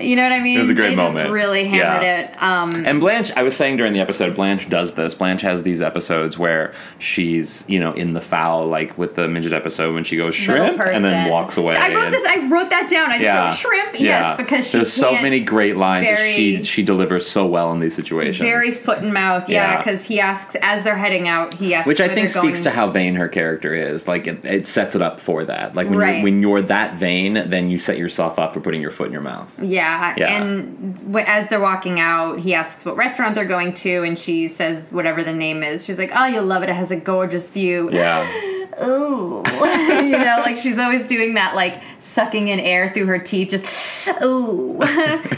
C: You know what I mean?
D: It was a great
C: they Just
D: moment.
C: really hammered
D: Yeah.
C: it. Um,
D: And Blanche, I was saying during the episode, Blanche does this. Blanche has these episodes where she's, you know, in the foul, like with the midget episode when she goes shrimp and then walks away.
C: I wrote
D: and-
C: this. I wrote that down. I just wrote shrimp. Yes,
D: yeah.
C: because she
D: there's so
C: can't-
D: many great lines that
C: very-
D: she she delivers so well in these situations.
C: Very foot and mouth, yeah.
D: Yeah.
C: Because he asks as they're heading out, he asks,
D: which I
C: where
D: think
C: they're going.
D: speaks to how vain her character is. Like it, it sets it up for that. Like when
C: Right.
D: you're when you're that vain, then you set yourself up for putting your foot in your mouth.
C: yeah.
D: Yeah.
C: And w- as they're walking out, he asks what restaurant they're going to, and she says whatever the name is. She's like, "Oh, you'll love it. It has a gorgeous view."
D: Yeah,
C: Ooh, you know, like she's always doing that, like sucking in air through her teeth. Just ooh,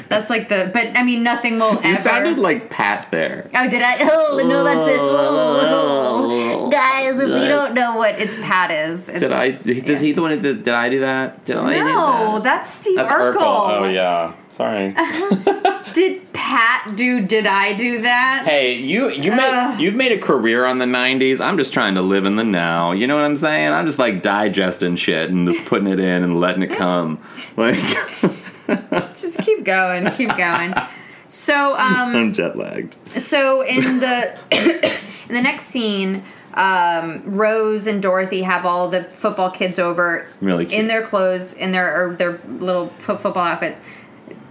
C: that's like the. But I mean, nothing will ever.
D: you sounded like Pat there.
C: Oh, did I? Oh, no, that's this. Oh. Guys, if you don't know what it's pat is, it's,
D: Did I? Does he the one? that Did, did I do that? Did I?
C: No,
D: do that?
C: that's Steve
D: that's
C: Urkel.
D: Urkel. Oh yeah. Sorry.
C: Did Pat do? Did I do that?
D: hey, you you made,
C: Ugh.
D: you've made a career on the '90s. I'm just trying to live in the now. You know what I'm saying? I'm just like digesting shit and just putting it in and letting it come. Like
C: Just keep going, keep going. So, um,
D: I'm jet lagged.
C: so in the in the next scene, um, Rose and Dorothy have all the football kids over,
D: Really cute.
C: in their clothes, in their or their little fo- football outfits.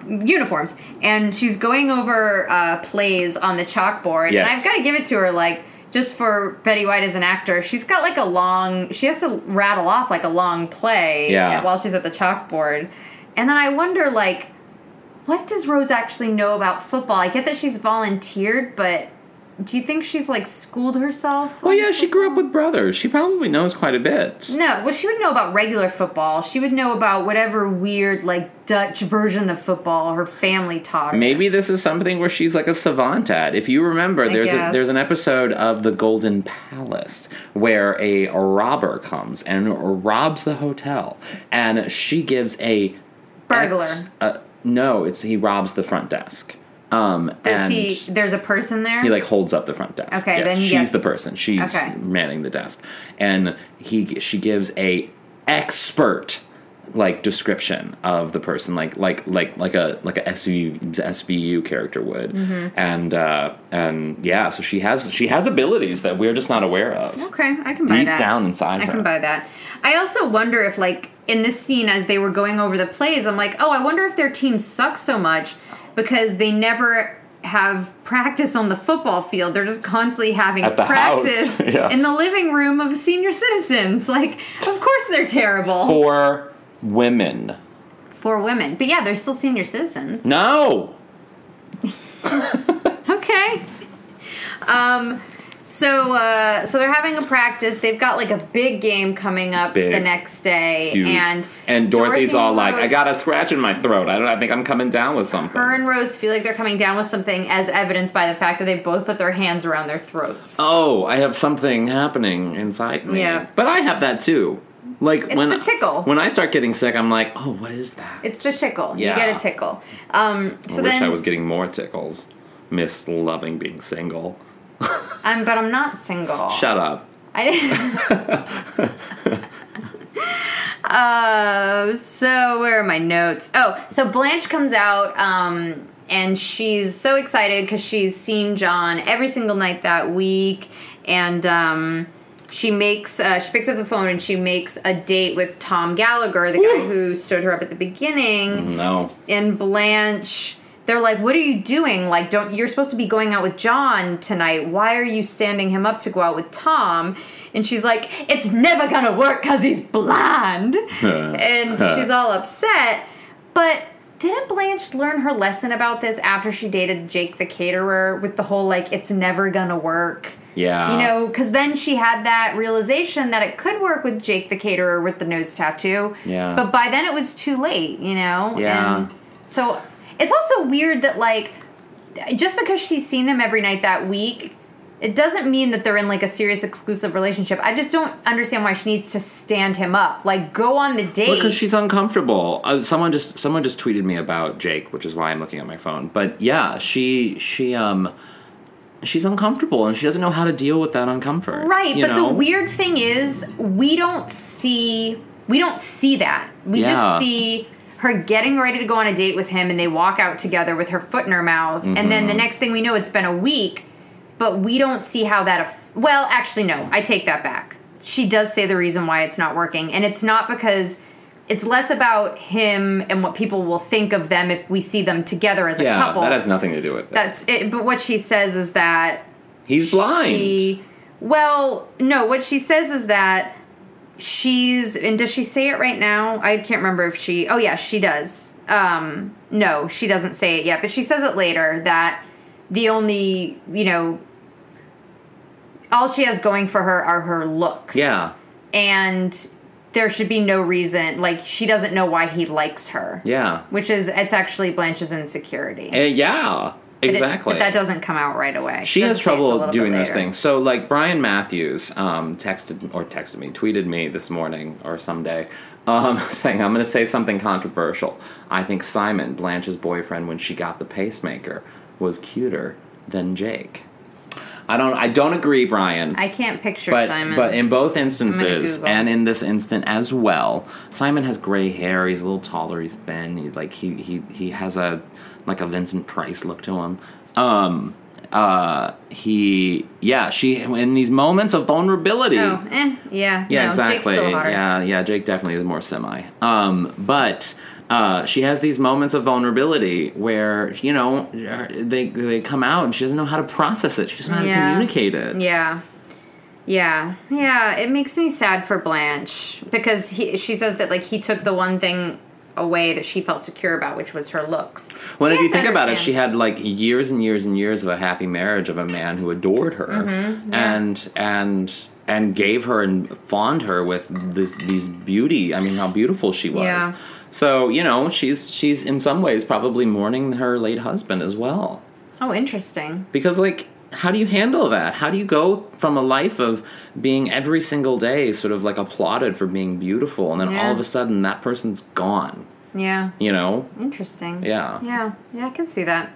C: Uniforms, and she's going over uh, plays on the chalkboard.
D: Yes.
C: And I've got to give it to her, like just for Betty White as an actor, she's got like a long. She has to rattle off like a long play
D: Yeah.
C: while she's at the chalkboard, and then I wonder like what does Rose actually know about football? I get that she's volunteered, but do you think she's like schooled herself?
D: Well,
C: on
D: yeah, she grew up with brothers. She probably knows quite a bit.
C: No, well, she would know about regular football. She would know about whatever weird, like, Dutch version of football her family taught her.
D: Maybe this is something where she's like a savant at. If you remember, there's a,
C: guess.
D: there's an episode of the Golden Palace where a robber comes and robs the hotel, and she gives a
C: Burglar.
D: ex- uh, no, it's he robs the front desk. Um,
C: Does
D: and
C: he, there's a person there?
D: He like holds up the front desk.
C: Okay, then
D: she's
C: yes.
D: the person. She's
C: Okay.
D: manning the desk, and he she gives a expert like description of the person, like like like like a like a SVU SVU character would,
C: Mm-hmm.
D: and uh, and yeah, so she has she has abilities that we're just not aware of.
C: okay, I can buy
D: Deep
C: that.
D: down inside
C: I
D: her.
C: can buy that. I also wonder if, like, in this scene, as they were going over the plays, I'm like, oh, I wonder if their team sucks so much because they never have practice on the football field. They're just constantly having
D: At the house,
C: practice
D: yeah.
C: in the living room of senior citizens. Like, of course they're terrible for,
D: for women.
C: women. But yeah, they're still senior citizens.
D: No,
C: Okay. Um, so uh, so they're having a practice. They've got like a big game coming up
D: Big.
C: the next day,
D: Huge.
C: and
D: Dorothy's
C: Dorothy
D: all
C: and
D: like, "I
C: Rose-
D: got a scratch in my throat. I don't. I think I'm coming down with something."
C: Her and Rose feel like they're coming down with something, as evidenced by the fact that they both put their hands around their throats.
D: oh, I have something happening inside me.
C: Yeah.
D: but I have that too. Like when
C: the tickle.
D: When I start getting sick, I'm like, "Oh, what is that?"
C: It's the tickle.
D: Yeah.
C: You get a tickle. Um, so
D: I wish
C: then,
D: I was getting more tickles. Miss loving being single.
C: um, but I'm not single.
D: Shut up.
C: I. uh, so where are my notes? Oh, so Blanche comes out, um, and she's so excited because she's seen John every single night that week, and um, she makes uh, she picks up the phone and she makes a date with Tom Gallagher, the guy who stood her up at the beginning
D: No.
C: and Blanche. They're like, "What are you doing? Like, don't you're supposed to be going out with John tonight? Why are you standing him up to go out with Tom?" And she's like, "It's never gonna work because he's blind," and she's all upset. But didn't Blanche learn her lesson about this after she dated Jake the caterer with the whole like, "It's never gonna work."
D: Yeah.
C: You know, because then she had that realization that it could work with Jake the caterer with the nose tattoo.
D: Yeah.
C: But by then it was too late, you know?
D: Yeah.
C: And so it's also weird that, like, just because she's seen him every night that week, it doesn't mean that they're in, like, a serious exclusive relationship. I just don't understand why she needs to stand him up. Like, go on the date.
D: Because she's uncomfortable. Uh, someone just someone just tweeted me about Jake, which is why I'm looking at my phone. But yeah, she she um she's uncomfortable and she doesn't know how to deal with that uncomfort.
C: Right,
D: you
C: but
D: know?
C: the weird thing is we don't see we don't see that. We
D: Yeah.
C: just see her getting ready to go on a date with him and they walk out together with her foot in her mouth and then the
D: Mm-hmm.
C: next thing we know it's been a week, but we don't see how that aff- well, actually no, I take that back. She does say the reason why it's not working and it's not because it's less about him and what people will think of them if we see them together as a
D: yeah,
C: couple.
D: that has nothing to do with it.
C: That's it, but what she says is that
D: He's blind.
C: she- well, no, what she says is that she's and does she say it right now? I can't remember if she Oh yeah, she does. Um no, she doesn't say it yet, but she says it later that the only, you know, all she has going for her are her looks.
D: Yeah.
C: And there should be no reason like she doesn't know why he likes her.
D: yeah.
C: Which is it's actually Blanche's insecurity.
D: Uh, yeah.
C: But it-
D: Exactly.
C: But, that doesn't come out right away.
D: she
C: Doesn't
D: has
C: say it's a
D: trouble
C: little
D: doing
C: bit
D: those
C: later.
D: things. So, like Brian Matthews um, texted or texted me, tweeted me this morning or someday, um, saying, "I'm going to say something controversial. I think Simon Blanche's boyfriend when she got the pacemaker was cuter than Jake." I don't. I don't agree, Brian.
C: I can't picture
D: but,
C: Simon.
D: But in both
C: I'm gonna
D: instances,
C: Google.
D: and in this instant as well, Simon has gray hair. He's a little taller. He's thin. He, like he he he has a like a Vincent Price look to him. Um. Uh. He. Yeah. She. In these moments of vulnerability.
C: oh, eh, yeah,
D: Yeah,
C: no,
D: exactly.
C: Jake's still hotter.
D: Yeah, yeah, Jake definitely is more semi. Um, but uh, she has these moments of vulnerability where you know they they come out and she doesn't know how to process it. She doesn't know how
C: Yeah.
D: to communicate it.
C: yeah, yeah, yeah. It makes me sad for Blanche because he, she says that like he took the one thing away that she felt secure about, which was her looks.
D: Well,
C: She
D: if you
C: has to
D: think about it,
C: understand.
D: she had like years and years and years of a happy marriage of a man who adored her
C: Mm-hmm,
D: and and and gave her and fawned her with this these beauty. I mean, how beautiful she was.
C: Yeah.
D: So you know, she's she's in some ways probably mourning her late husband as well
C: oh, interesting.
D: because like. How do you handle that? How do you go from a life of being every single day sort of like applauded for being beautiful and then
C: Yeah.
D: all of a sudden that person's gone,
C: Yeah,
D: you know?
C: interesting.
D: Yeah.
C: yeah, yeah. I can see that.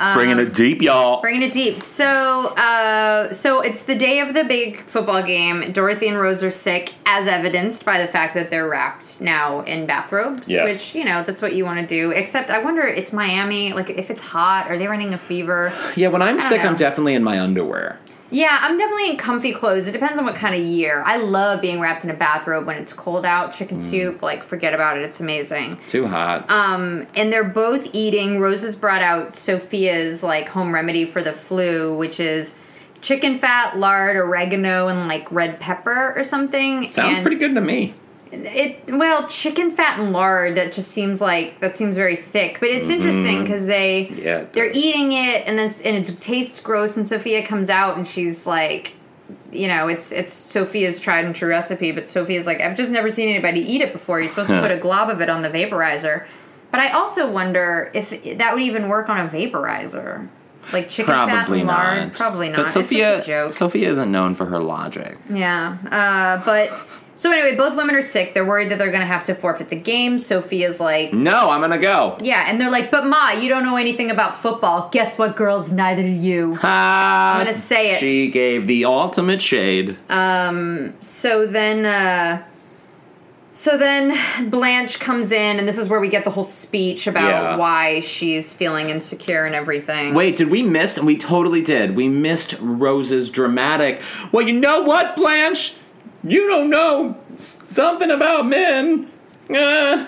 C: Uh,
D: Bringing it deep, y'all.
C: Bringing it deep. So, uh, so it's the day of the big football game. Dorothy and Rose are sick, as evidenced by the fact that they're wrapped now in bathrobes.
D: Yes.
C: Which you know that's what you want to do. Except, I wonder, it's Miami. Like, if it's hot, are they running a fever?
D: Yeah, when I'm sick,
C: know.
D: I'm definitely in my underwear.
C: Yeah, I'm definitely in comfy clothes. It depends on what kind of year. I love being wrapped in a bathrobe when it's cold out. Chicken soup, like, forget about it. It's amazing.
D: Too hot.
C: Uh, and they're both eating. Rose has brought out Sophia's like home remedy for the flu, which is chicken fat, lard, oregano, and like red pepper or something.
D: Sounds
C: and
D: pretty good to me.
C: it well chicken fat and lard that just seems like that seems very thick but it's interesting because they
D: Mm-hmm. Yeah, it
C: they're
D: does.
C: eating it and then and it tastes gross and sophia comes out and she's like you know it's it's sophia's tried and true recipe but sophia's like i've just never seen anybody eat it before you're supposed to put a glob of it on the vaporizer but i also wonder if that would even work on a vaporizer like chicken fat
D: Probably
C: and
D: not.
C: lard probably not
D: But Sophia,
C: it's just a joke
D: Sophia isn't known for her logic.
C: yeah. Uh, but so anyway, both women are sick. They're worried that they're going to have to forfeit the game. Sophia's like,
D: No, I'm gonna go.
C: yeah, and they're like, but Ma, you don't know anything about football. Guess what, girls? Neither do you.
D: Ah,
C: I'm gonna say it. Uh.
D: She gave the ultimate shade.
C: So then, uh, so then Blanche comes in, and this is where we get the whole speech about
D: Yeah.
C: why she's feeling insecure and everything.
D: Wait, did we miss? We totally did. We missed Rose's dramatic. Well, you know what, Blanche? You don't know s- something about men. Uh,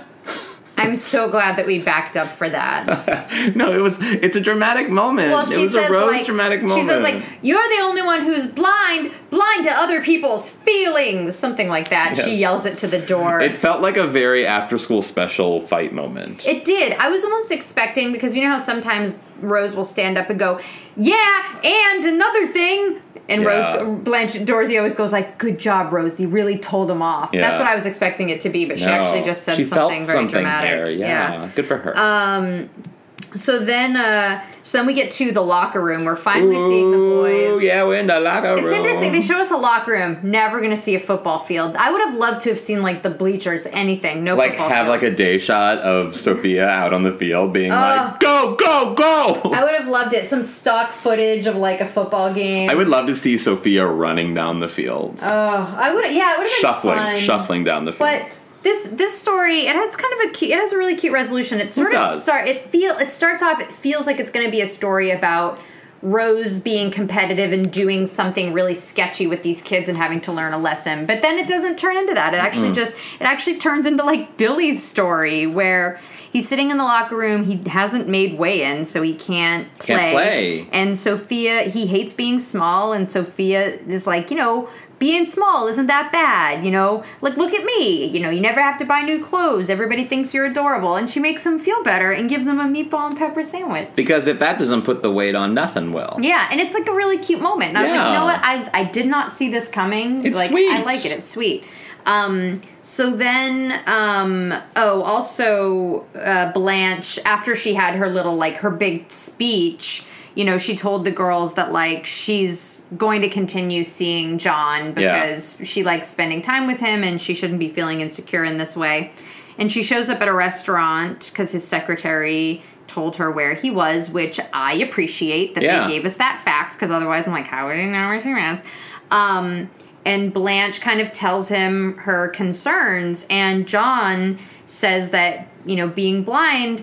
C: I'm so glad that we backed up for that.
D: no, it was. It's a dramatic moment.
C: Well, she
D: it was
C: says
D: a Rose
C: like
D: dramatic moment.
C: she says like you're the only one who's blind, blind to other people's feelings, something like that. She
D: Yes.
C: yells it to the door.
D: It felt like a very after-school special fight moment.
C: It did. I was almost expecting because you know how sometimes Rose will stand up and go, "Yeah, and another thing." And
D: Yeah.
C: Rose Blanche Dorothy always goes like, "Good job, Rose. You really told him off."
D: Yeah.
C: That's what I was expecting it to be, but she
D: No.
C: actually just said
D: she
C: something
D: felt
C: very
D: something
C: dramatic. Um,
D: Here. Yeah. good for her.
C: So then, uh, so then we get to the locker room. We're finally seeing the boys.
D: Ooh, yeah, we're in the locker room.
C: It's interesting. They show us a locker room. Never going to see a football field. I would have loved to have seen like the bleachers, anything. No
E: like
C: football
E: have like a
C: fields.
E: day shot of Sophia out on the field being like, "Go, go, go!"
C: Oh. I would have loved it. Some stock footage of like a football game.
E: I would love to see Sophia running down the field,
C: I would. Yeah, it would have been
E: shuffling,
C: Oh, fun.
E: shuffling down the field.
C: But this this story it has kind of a cute, it has a really cute resolution. It sort
E: It
C: of
E: does.
C: start it feel it starts off it feels like it's going to be a story about Rose being competitive and doing something really sketchy with these kids and having to learn a lesson. But then it doesn't turn into that. It actually just it actually turns into like Billy's story where he's sitting in the locker room, he hasn't made weigh-in so he can't play.
D: Can't play.
C: And Sophia, he hates being small, and Sophia is like, you know, being small isn't that bad, you know? Like, look at me, you know, you never have to buy new clothes. Everybody thinks you're adorable. And she makes him feel better and gives him a meatball and pepper sandwich.
D: because if that doesn't put the weight on, nothing will.
C: Yeah, and it's like a really cute moment. And I was like, you
D: Yeah.
C: know what? I I did not see this coming.
D: It's
C: like I
D: sweet.
C: like it. It's sweet. Um so then um oh also uh Blanche after she had her little like her big speech, you know, she told the girls that like she's going to continue seeing John
D: Yeah.
C: because she likes spending time with him and she shouldn't be feeling insecure in this way. And she shows up at a restaurant cuz his secretary told her where he was, which I appreciate that
D: Yeah.
C: they gave us that fact because otherwise I'm like, how would I know where she was? Um, and Blanche kind of tells him her concerns, and John says that you know being blind.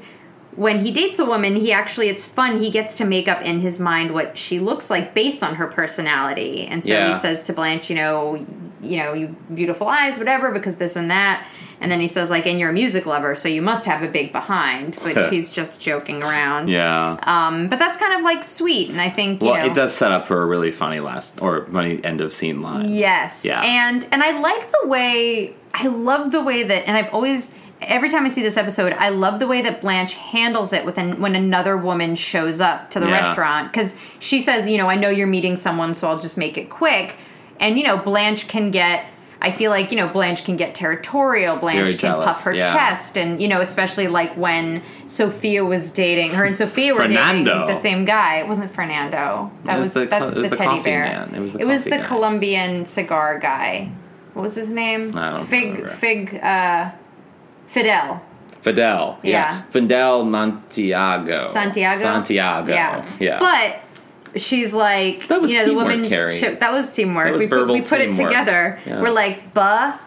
C: When he dates a woman, he actually, it's fun, he gets to make up in his mind what she looks like based on her personality. And so he
D: Yeah.
C: says to Blanche, you know, you know, you beautiful eyes, whatever, because this and that. And then he says, like, and you're a music lover, so you must have a big behind, which he's just joking around.
D: Yeah.
C: Um, but that's kind of like sweet, and I think you
D: well,
C: know,
D: it does set up for a really funny last or funny end of scene line.
C: Yes,
D: Yeah.
C: and and I like the way I love the way that, and I've always every time I see this episode, I love the way that Blanche handles it with an, when another woman shows up to the
D: Yeah.
C: restaurant because she says, you know, I know you're meeting someone, so I'll just make it quick, and you know, Blanche can get. I feel like you know Blanche can get territorial. Blanche
D: Very
C: can
D: jealous,
C: puff her
D: yeah.
C: chest, and you know, especially like when Sophia was dating her and Sophia were
D: Fernando.
C: dating the same guy. It wasn't Fernando. That
D: It
C: was,
D: was the co-
C: that's
D: it was
C: the,
D: the
C: teddy
D: coffee
C: bear.
D: man.
C: It was the,
D: coffee guy.
C: Colombian cigar guy. What was his name?
D: I don't
C: fig
D: remember.
C: fig uh, Fidel.
D: Fidel.
C: Yeah.
D: Fidel Montiago.
C: Santiago.
D: Santiago.
C: Yeah.
D: Yeah.
C: But she's like,
D: That was
C: you know, the
D: teamwork,
C: woman.
D: Carrie.
C: sho- that was teamwork.
D: That was
C: we put, we
D: verbal
C: put it
D: teamwork.
C: together.
D: Yeah.
C: We're like, ba,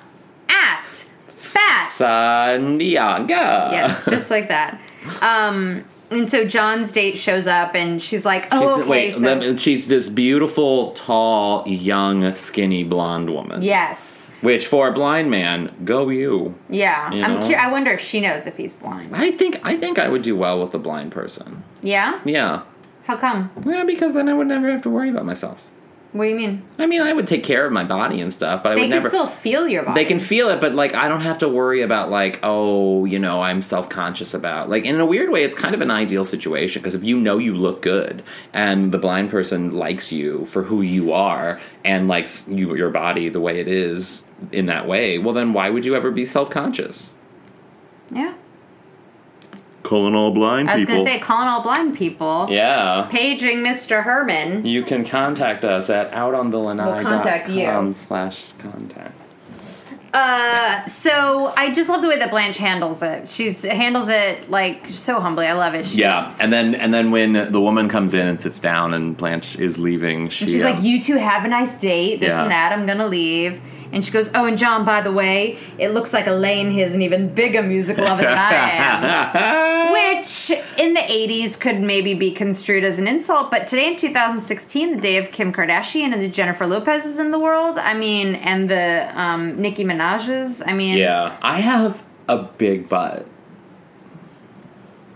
C: at, fat.
D: Santiago.
C: yes, just like that. Um, and so John's date shows up, and she's like, oh,
D: She's,
C: okay,
D: wait,
C: so
D: let me- she's this beautiful, tall, young, skinny blonde woman.
C: yes,
D: Which, for a blind man, go you.
C: yeah.
D: You
C: I'm
D: know?
C: cu- I wonder if she knows if he's blind.
D: I think I think I would do well with a blind person.
C: Yeah,
D: Yeah.
C: how come?
D: Yeah, because then I would never have to worry about myself.
C: What do you mean?
D: I mean, I would take care of my body and stuff, but I
C: They
D: would
C: can
D: never.
C: still feel your body.
D: they can feel it, but like I don't have to worry about like oh you know I'm self conscious about like in a weird way it's kind of an ideal situation because if you know you look good and the blind person likes you for who you are and likes you your body the way it is in that way, well then why would you ever be self conscious?
C: Yeah.
E: Calling all blind
C: I was
E: people.
C: gonna say calling all blind people.
D: Yeah.
C: Paging Mr. Herman.
D: You can contact us at outonthelanai.com
C: We'll contact you.
D: slash contact.
C: Uh, so I just love the way that Blanche handles it. She's handles it like so humbly. I love it. She's,
D: Yeah, and then and then when the woman comes in and sits down and Blanche is leaving, she,
C: She's
D: um,
C: like, you two have a nice date, this
D: Yeah.
C: and that, I'm gonna leave. And she goes, Oh, and John, by the way, it looks like Elaine is an even bigger music lover than I am. Which in the 80s could maybe be construed as an insult, but today in 2016, the day of Kim Kardashian and the Jennifer Lopez's in the world, I mean, and the um, Nicki Minaj's, I mean,
D: Yeah, I have a big butt.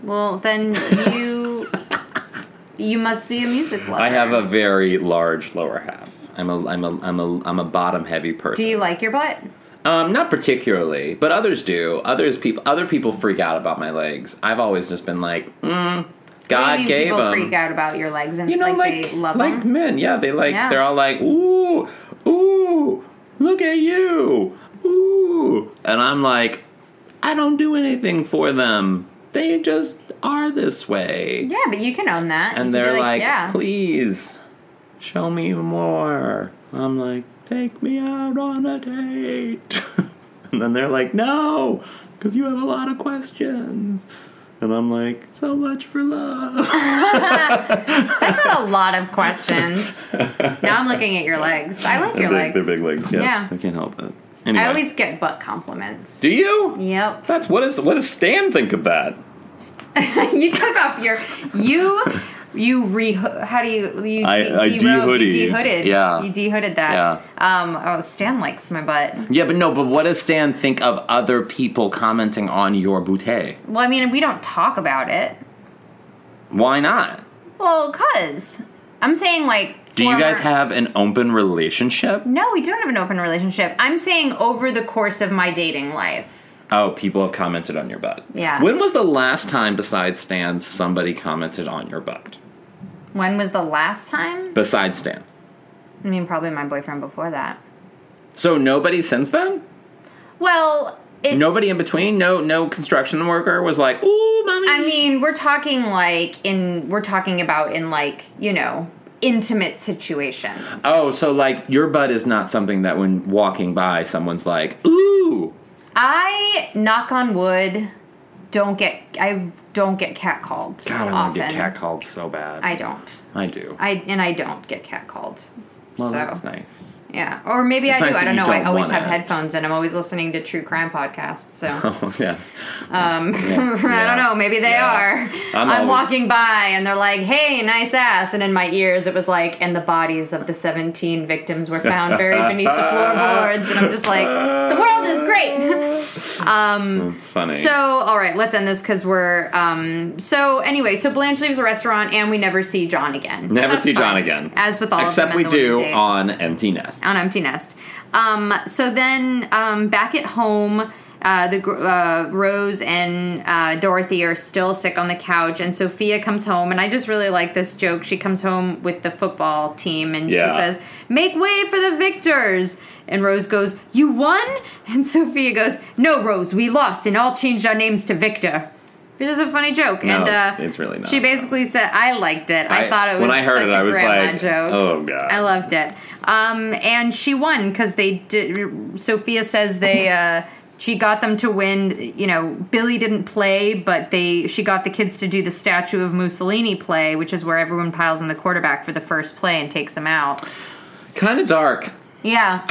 C: well, then you. You must be a music lover.
D: I have a very large lower half. I'm a I'm a I'm a I'm a bottom heavy person.
C: Do you like your butt?
D: Um, not particularly, but others do. Others people other people freak out about my legs. I've always just been like, mm,
C: What do you
D: God
C: mean
D: gave
C: people
D: them.
C: freak out about your legs and
D: you know,
C: like,
D: like
C: they love
D: like
C: them.
D: men. Yeah, they like
C: Yeah.
D: they're all like, ooh, ooh, look at you, ooh, and I'm like, I don't do anything for them. They just are this way,
C: Yeah, but you can own that. You can
D: and
C: be
D: they're like,
C: yeah.
D: please, show me more. I'm like, take me out on a date, and then they're like, no, because you have a lot of questions. And I'm like, so much for love.
C: That's not a lot of questions. now I'm looking at your legs. I like
E: they're,
C: your
E: big,
C: legs.
E: they're big legs. Yeah.
C: Yeah.
D: I can't help it.
C: I
D: Anyway,
C: always get butt compliments.
D: do you?
C: Yep.
E: That's what is what does Stan think of that?
C: you took off your you you re how do you you
E: I-
C: de-
E: I
C: de-robe, you
E: de-hoodie.
C: de-hooded.
D: Yeah.
C: You de-hooded that.
D: Yeah.
C: Um oh Stan likes my butt.
D: Yeah, but no. But what does Stan think of other people commenting on your bootay?
C: Well, I mean, we don't talk about it.
D: Why not?
C: Well, cuz I'm saying like
D: Do you guys
C: former-
D: have an open relationship?
C: No, we don't have an open relationship. I'm saying over the course of my dating life.
D: Oh, people have commented on your butt.
C: Yeah.
D: When was the last time, besides Stan, somebody commented on your butt?
C: When was the last time?
D: Besides Stan.
C: I mean, probably my boyfriend before that.
D: So nobody since then.
C: Well, it,
D: Nobody in between. No, no construction worker was like, "Ooh, mommy."
C: I mean, we're talking like in we're talking about in like you know intimate situations.
D: oh, so like your butt is not something that when walking by, someone's like, "Ooh."
C: I knock on wood, don't get I don't get catcalled.
D: God, I
C: often.
D: want to get catcalled so bad.
C: I don't.
D: I do.
C: I and I don't get catcalled.
D: well,
C: so
D: that's nice.
C: yeah, or maybe
D: It's
C: I do.
D: nice
C: I
D: that
C: don't
D: you
C: know. I
D: don't
C: always
D: want
C: have
D: it.
C: headphones and I'm always listening to true crime podcasts. So.
D: Oh yes.
C: Um,
D: Yeah.
C: I don't know. Maybe they
D: Yeah.
C: are. I'm,
D: I'm always-
C: walking by and they're like, "Hey, nice ass," and in my ears it was like, "And the bodies of the 17 victims were found buried beneath the floorboards," and I'm just like, "The world is great."
D: That's funny.
C: so, all right, let's end this because we're. Um, so anyway, so Blanche leaves the restaurant and we never see John again.
D: never
C: That's
D: see John
C: fine.
D: again.
C: As with all of
D: except
C: them in the
D: we do
C: Wicked Date.
D: on Empty Nest.
C: on Empty Nest. Um, so then um, back at home, uh, the gr- uh, Rose and uh, Dorothy are still sick on the couch, and Sophia comes home, and I just really like this joke. She comes home with the football team, and
E: Yeah.
C: she says, "Make way for the victors." And Rose goes, "You won?" And Sophia goes, "No, Rose, we lost, and all changed our names to Victor." Which is a funny joke, and uh,
E: it's really not.
C: She basically said, "I liked it. I, thought it was
E: when I heard it,
C: such a
E: I was
C: grandma
E: like,
C: joke.
E: oh god,
C: I loved it. Um, and she won because they did. Sophia says they. Uh, she got them to win. You know, Billy didn't play, but they. She got the kids to do the statue of Mussolini play, which is where everyone piles on the quarterback for the first play and takes him out.
D: Kind of dark.
C: Yeah,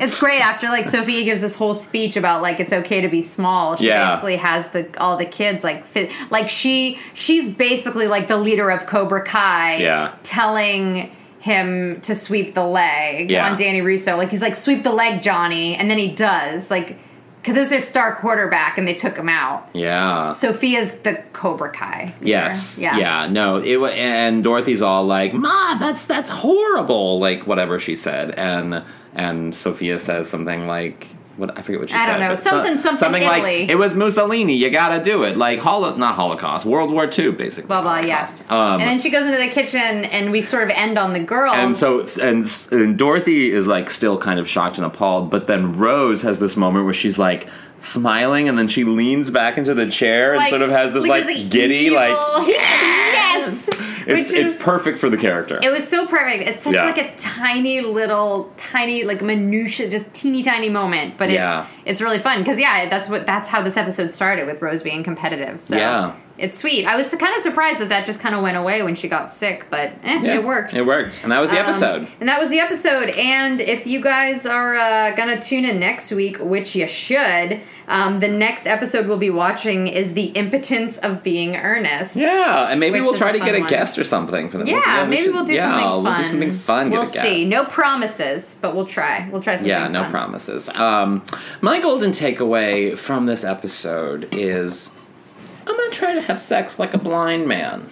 C: it's great. After like Sophia gives this whole speech about like it's okay to be small. She
D: Yeah.
C: basically has the all the kids like fit, like she she's basically like the leader of Cobra Kai.
D: Yeah.
C: telling him to sweep the leg
D: Yeah.
C: on Danny Russo. Like he's like sweep the leg, Johnny, and then he does like. because it was their star quarterback, and they took him out.
D: Yeah.
C: Sophia's the Cobra Kai. leader.
D: Yes. Yeah. No. It wa- and Dorothy's all like, "Ma, that's that's horrible." Like whatever she said, and and Sophia says something like, "What I forget what she
C: I
D: said."
C: don't know.
D: but
C: Something, something Italy.
D: like it was Mussolini. You gotta do it. Like holo- not Holocaust, World War II, basically.
C: Blah blah. Yeah.
D: Holocaust. Um,
C: and then she goes into the kitchen, and we sort of end on the girl.
D: and so and, and Dorothy is like still kind of shocked and appalled, but then Rose has this moment where she's like smiling and then she leans back into the chair and
C: Like,
D: sort of has this
C: look at
D: like
C: the
D: giddy
C: evil.
D: like
C: yes. Which
D: it's
C: is
D: it's perfect for the character.
C: It was so perfect. It's such
D: Yeah.
C: like a tiny little, tiny like minutia, just teeny tiny moment, but it's
D: Yeah.
C: it's really fun because yeah, that's what that's how this episode started with Rose being competitive. So
D: Yeah.
C: it's sweet. I was kind of surprised that that just kind of went away when she got sick, but eh,
D: Yeah,
C: it worked.
D: It worked, and that was the
C: Um,
D: episode.
C: and that was the episode. And if you guys are uh, gonna tune in next week, which you should, um, the next episode we'll be watching is the impotence of being earnest.
D: Yeah, and maybe
C: Which
D: we'll
C: is
D: try
C: a
D: to
C: fun
D: get a
C: one.
D: guest or something for the
C: Yeah, maybe
D: should-
C: we'll do
D: yeah,
C: something fun.
D: We'll do something fun. get
C: We'll
D: a guest.
C: see. No promises, but we'll try. We'll try something.
D: Yeah, no
C: fun.
D: promises. Um, my golden takeaway from this episode is I'm gonna try to have sex like a blind man.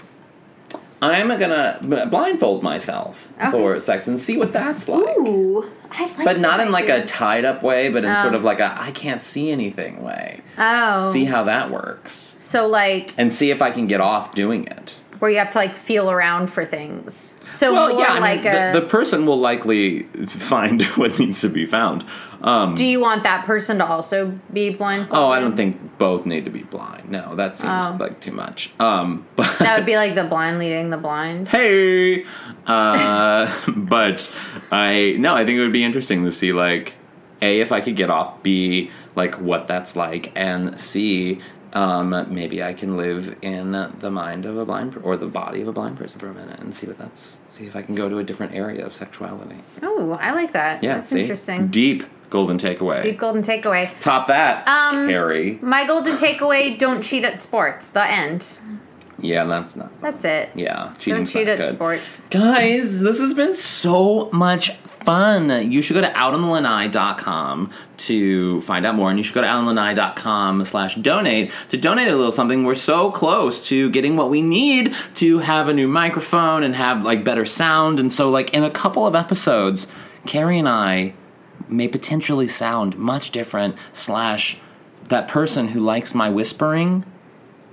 D: I'm gonna b- blindfold myself
C: Okay.
D: for sex and see what that's like.
C: Ooh, I like.
D: But not
C: that
D: in like a
C: idea.
D: tied up way, but in
C: Oh.
D: sort of like a I can't see anything way.
C: oh.
D: See how that works.
C: so like
D: And see if I can get off doing it.
C: where you have to like feel around for things. So
D: Well,
C: more
D: yeah, I mean,
C: like a.
D: the, the person will likely find what needs to be found. Um,
C: do you want that person to also be blindfolded?
D: oh, I don't think both need to be blind. No, that seems
C: Oh.
D: like too much. Um, but
C: that would be like the blind leading the blind.
D: hey, uh, but I no, I think it would be interesting to see like a if I could get off, b like what that's like, and c. Um, maybe I can live in the mind of a blind per- or the body of a blind person for a minute and see what that's see if I can go to a different area of sexuality.
C: Oh, I like that.
D: Yeah,
C: that's
D: see?
C: interesting.
D: Deep golden takeaway.
C: Deep golden takeaway.
D: Top that,
C: Um,
D: Carrie.
C: My golden takeaway: don't cheat at sports. The end.
D: Yeah, that's not.
C: That's it.
D: Yeah,
C: Don't
D: cheating's
C: cheat
D: not
C: at
D: good.
C: sports.
D: Guys, this has been so much fun. You should go to outonlanai.com to find out more, and you should go to outonlanai.com slash donate to donate a little something. We're so close to getting what we need to have a new microphone and have, like, better sound. And so, like, in a couple of episodes, Carrie and I may potentially sound much different slash that person who likes my whispering,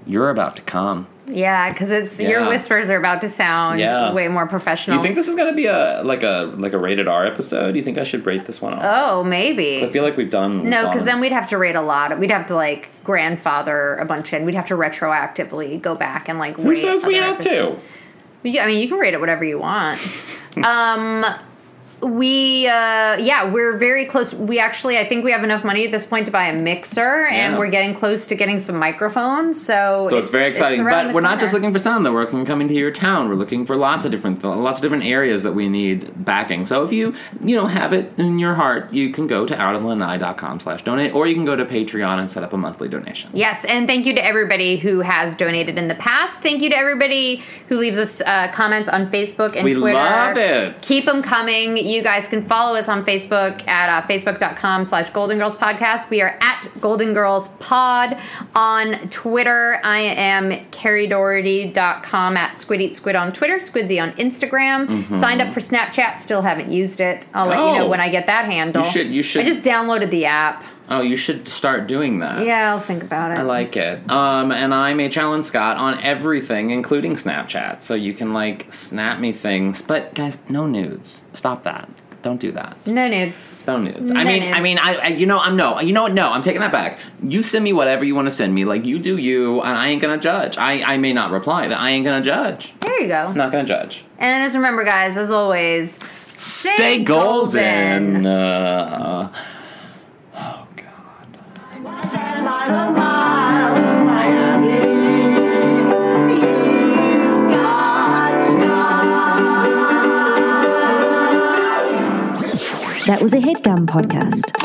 D: you're about to come.
C: Yeah, because it's your
D: Yeah.
C: whispers are about to sound
D: Yeah.
C: way more
D: Do
C: professional.
D: you think this is gonna be a like a like a rated R episode? Do you think I should rate this one off?
C: oh, maybe.
D: I feel like we've done
C: no, because then we'd have to rate a lot. We'd have to like grandfather a bunch in. We'd have to retroactively go back and like.
D: who says we have to?
C: I mean, you can rate it whatever you want. um, we uh, yeah, we're very close. We actually, I think we have enough money at this point to buy a mixer, and
D: Yeah.
C: we're getting close to getting some microphones. So
D: So it's, very exciting,
C: around
D: but
C: the
D: we're not just
C: corner.
D: looking for sound. Though we're looking- coming to your town. We're looking for lots of different lots of different areas that we need backing. So if you you know have it in your heart, you can go to outonlanai.com slash donate, or you can go to Patreon and set up a monthly donation.
C: Yes, and thank you to everybody who has donated in the past. Thank you to everybody who leaves us uh, comments on Facebook and
D: We
C: Twitter.
D: love it.
C: Keep them coming. You guys can follow us on Facebook at uh, facebook.com slash Golden Girls Podcast. We are at Golden Girls Pod. On Twitter, I am carriedoherty.com at Squid Eat Squid on Twitter, Squidzy on Instagram. Signed up for Snapchat, still haven't used it. I'll let you know
D: Mm-hmm. Oh.
C: when I get that handle.
D: You should- you should-
C: I just downloaded the app.
D: Oh, you should start doing that.
C: Yeah, I'll think about it.
D: I like it. Um, and I'm H. Allen Scott on everything, including Snapchat. So you can like snap me things. But guys, no nudes. Stop that. Don't do that.
C: No nudes.
D: No nudes.
C: No
D: I mean,
C: nudes.
D: I mean, I, I you know, I'm no, you know what? No, I'm taking that back. You send me whatever you want to send me. Like you do you, and I ain't gonna judge. I I may not reply, but I ain't gonna judge.
C: There you go.
D: I'm not gonna judge.
C: And just remember, guys, as always,
D: Stay,
C: golden.
D: golden. Uh, oh,
B: And by the miles of Miami, you've got style.
A: That was a headgum podcast.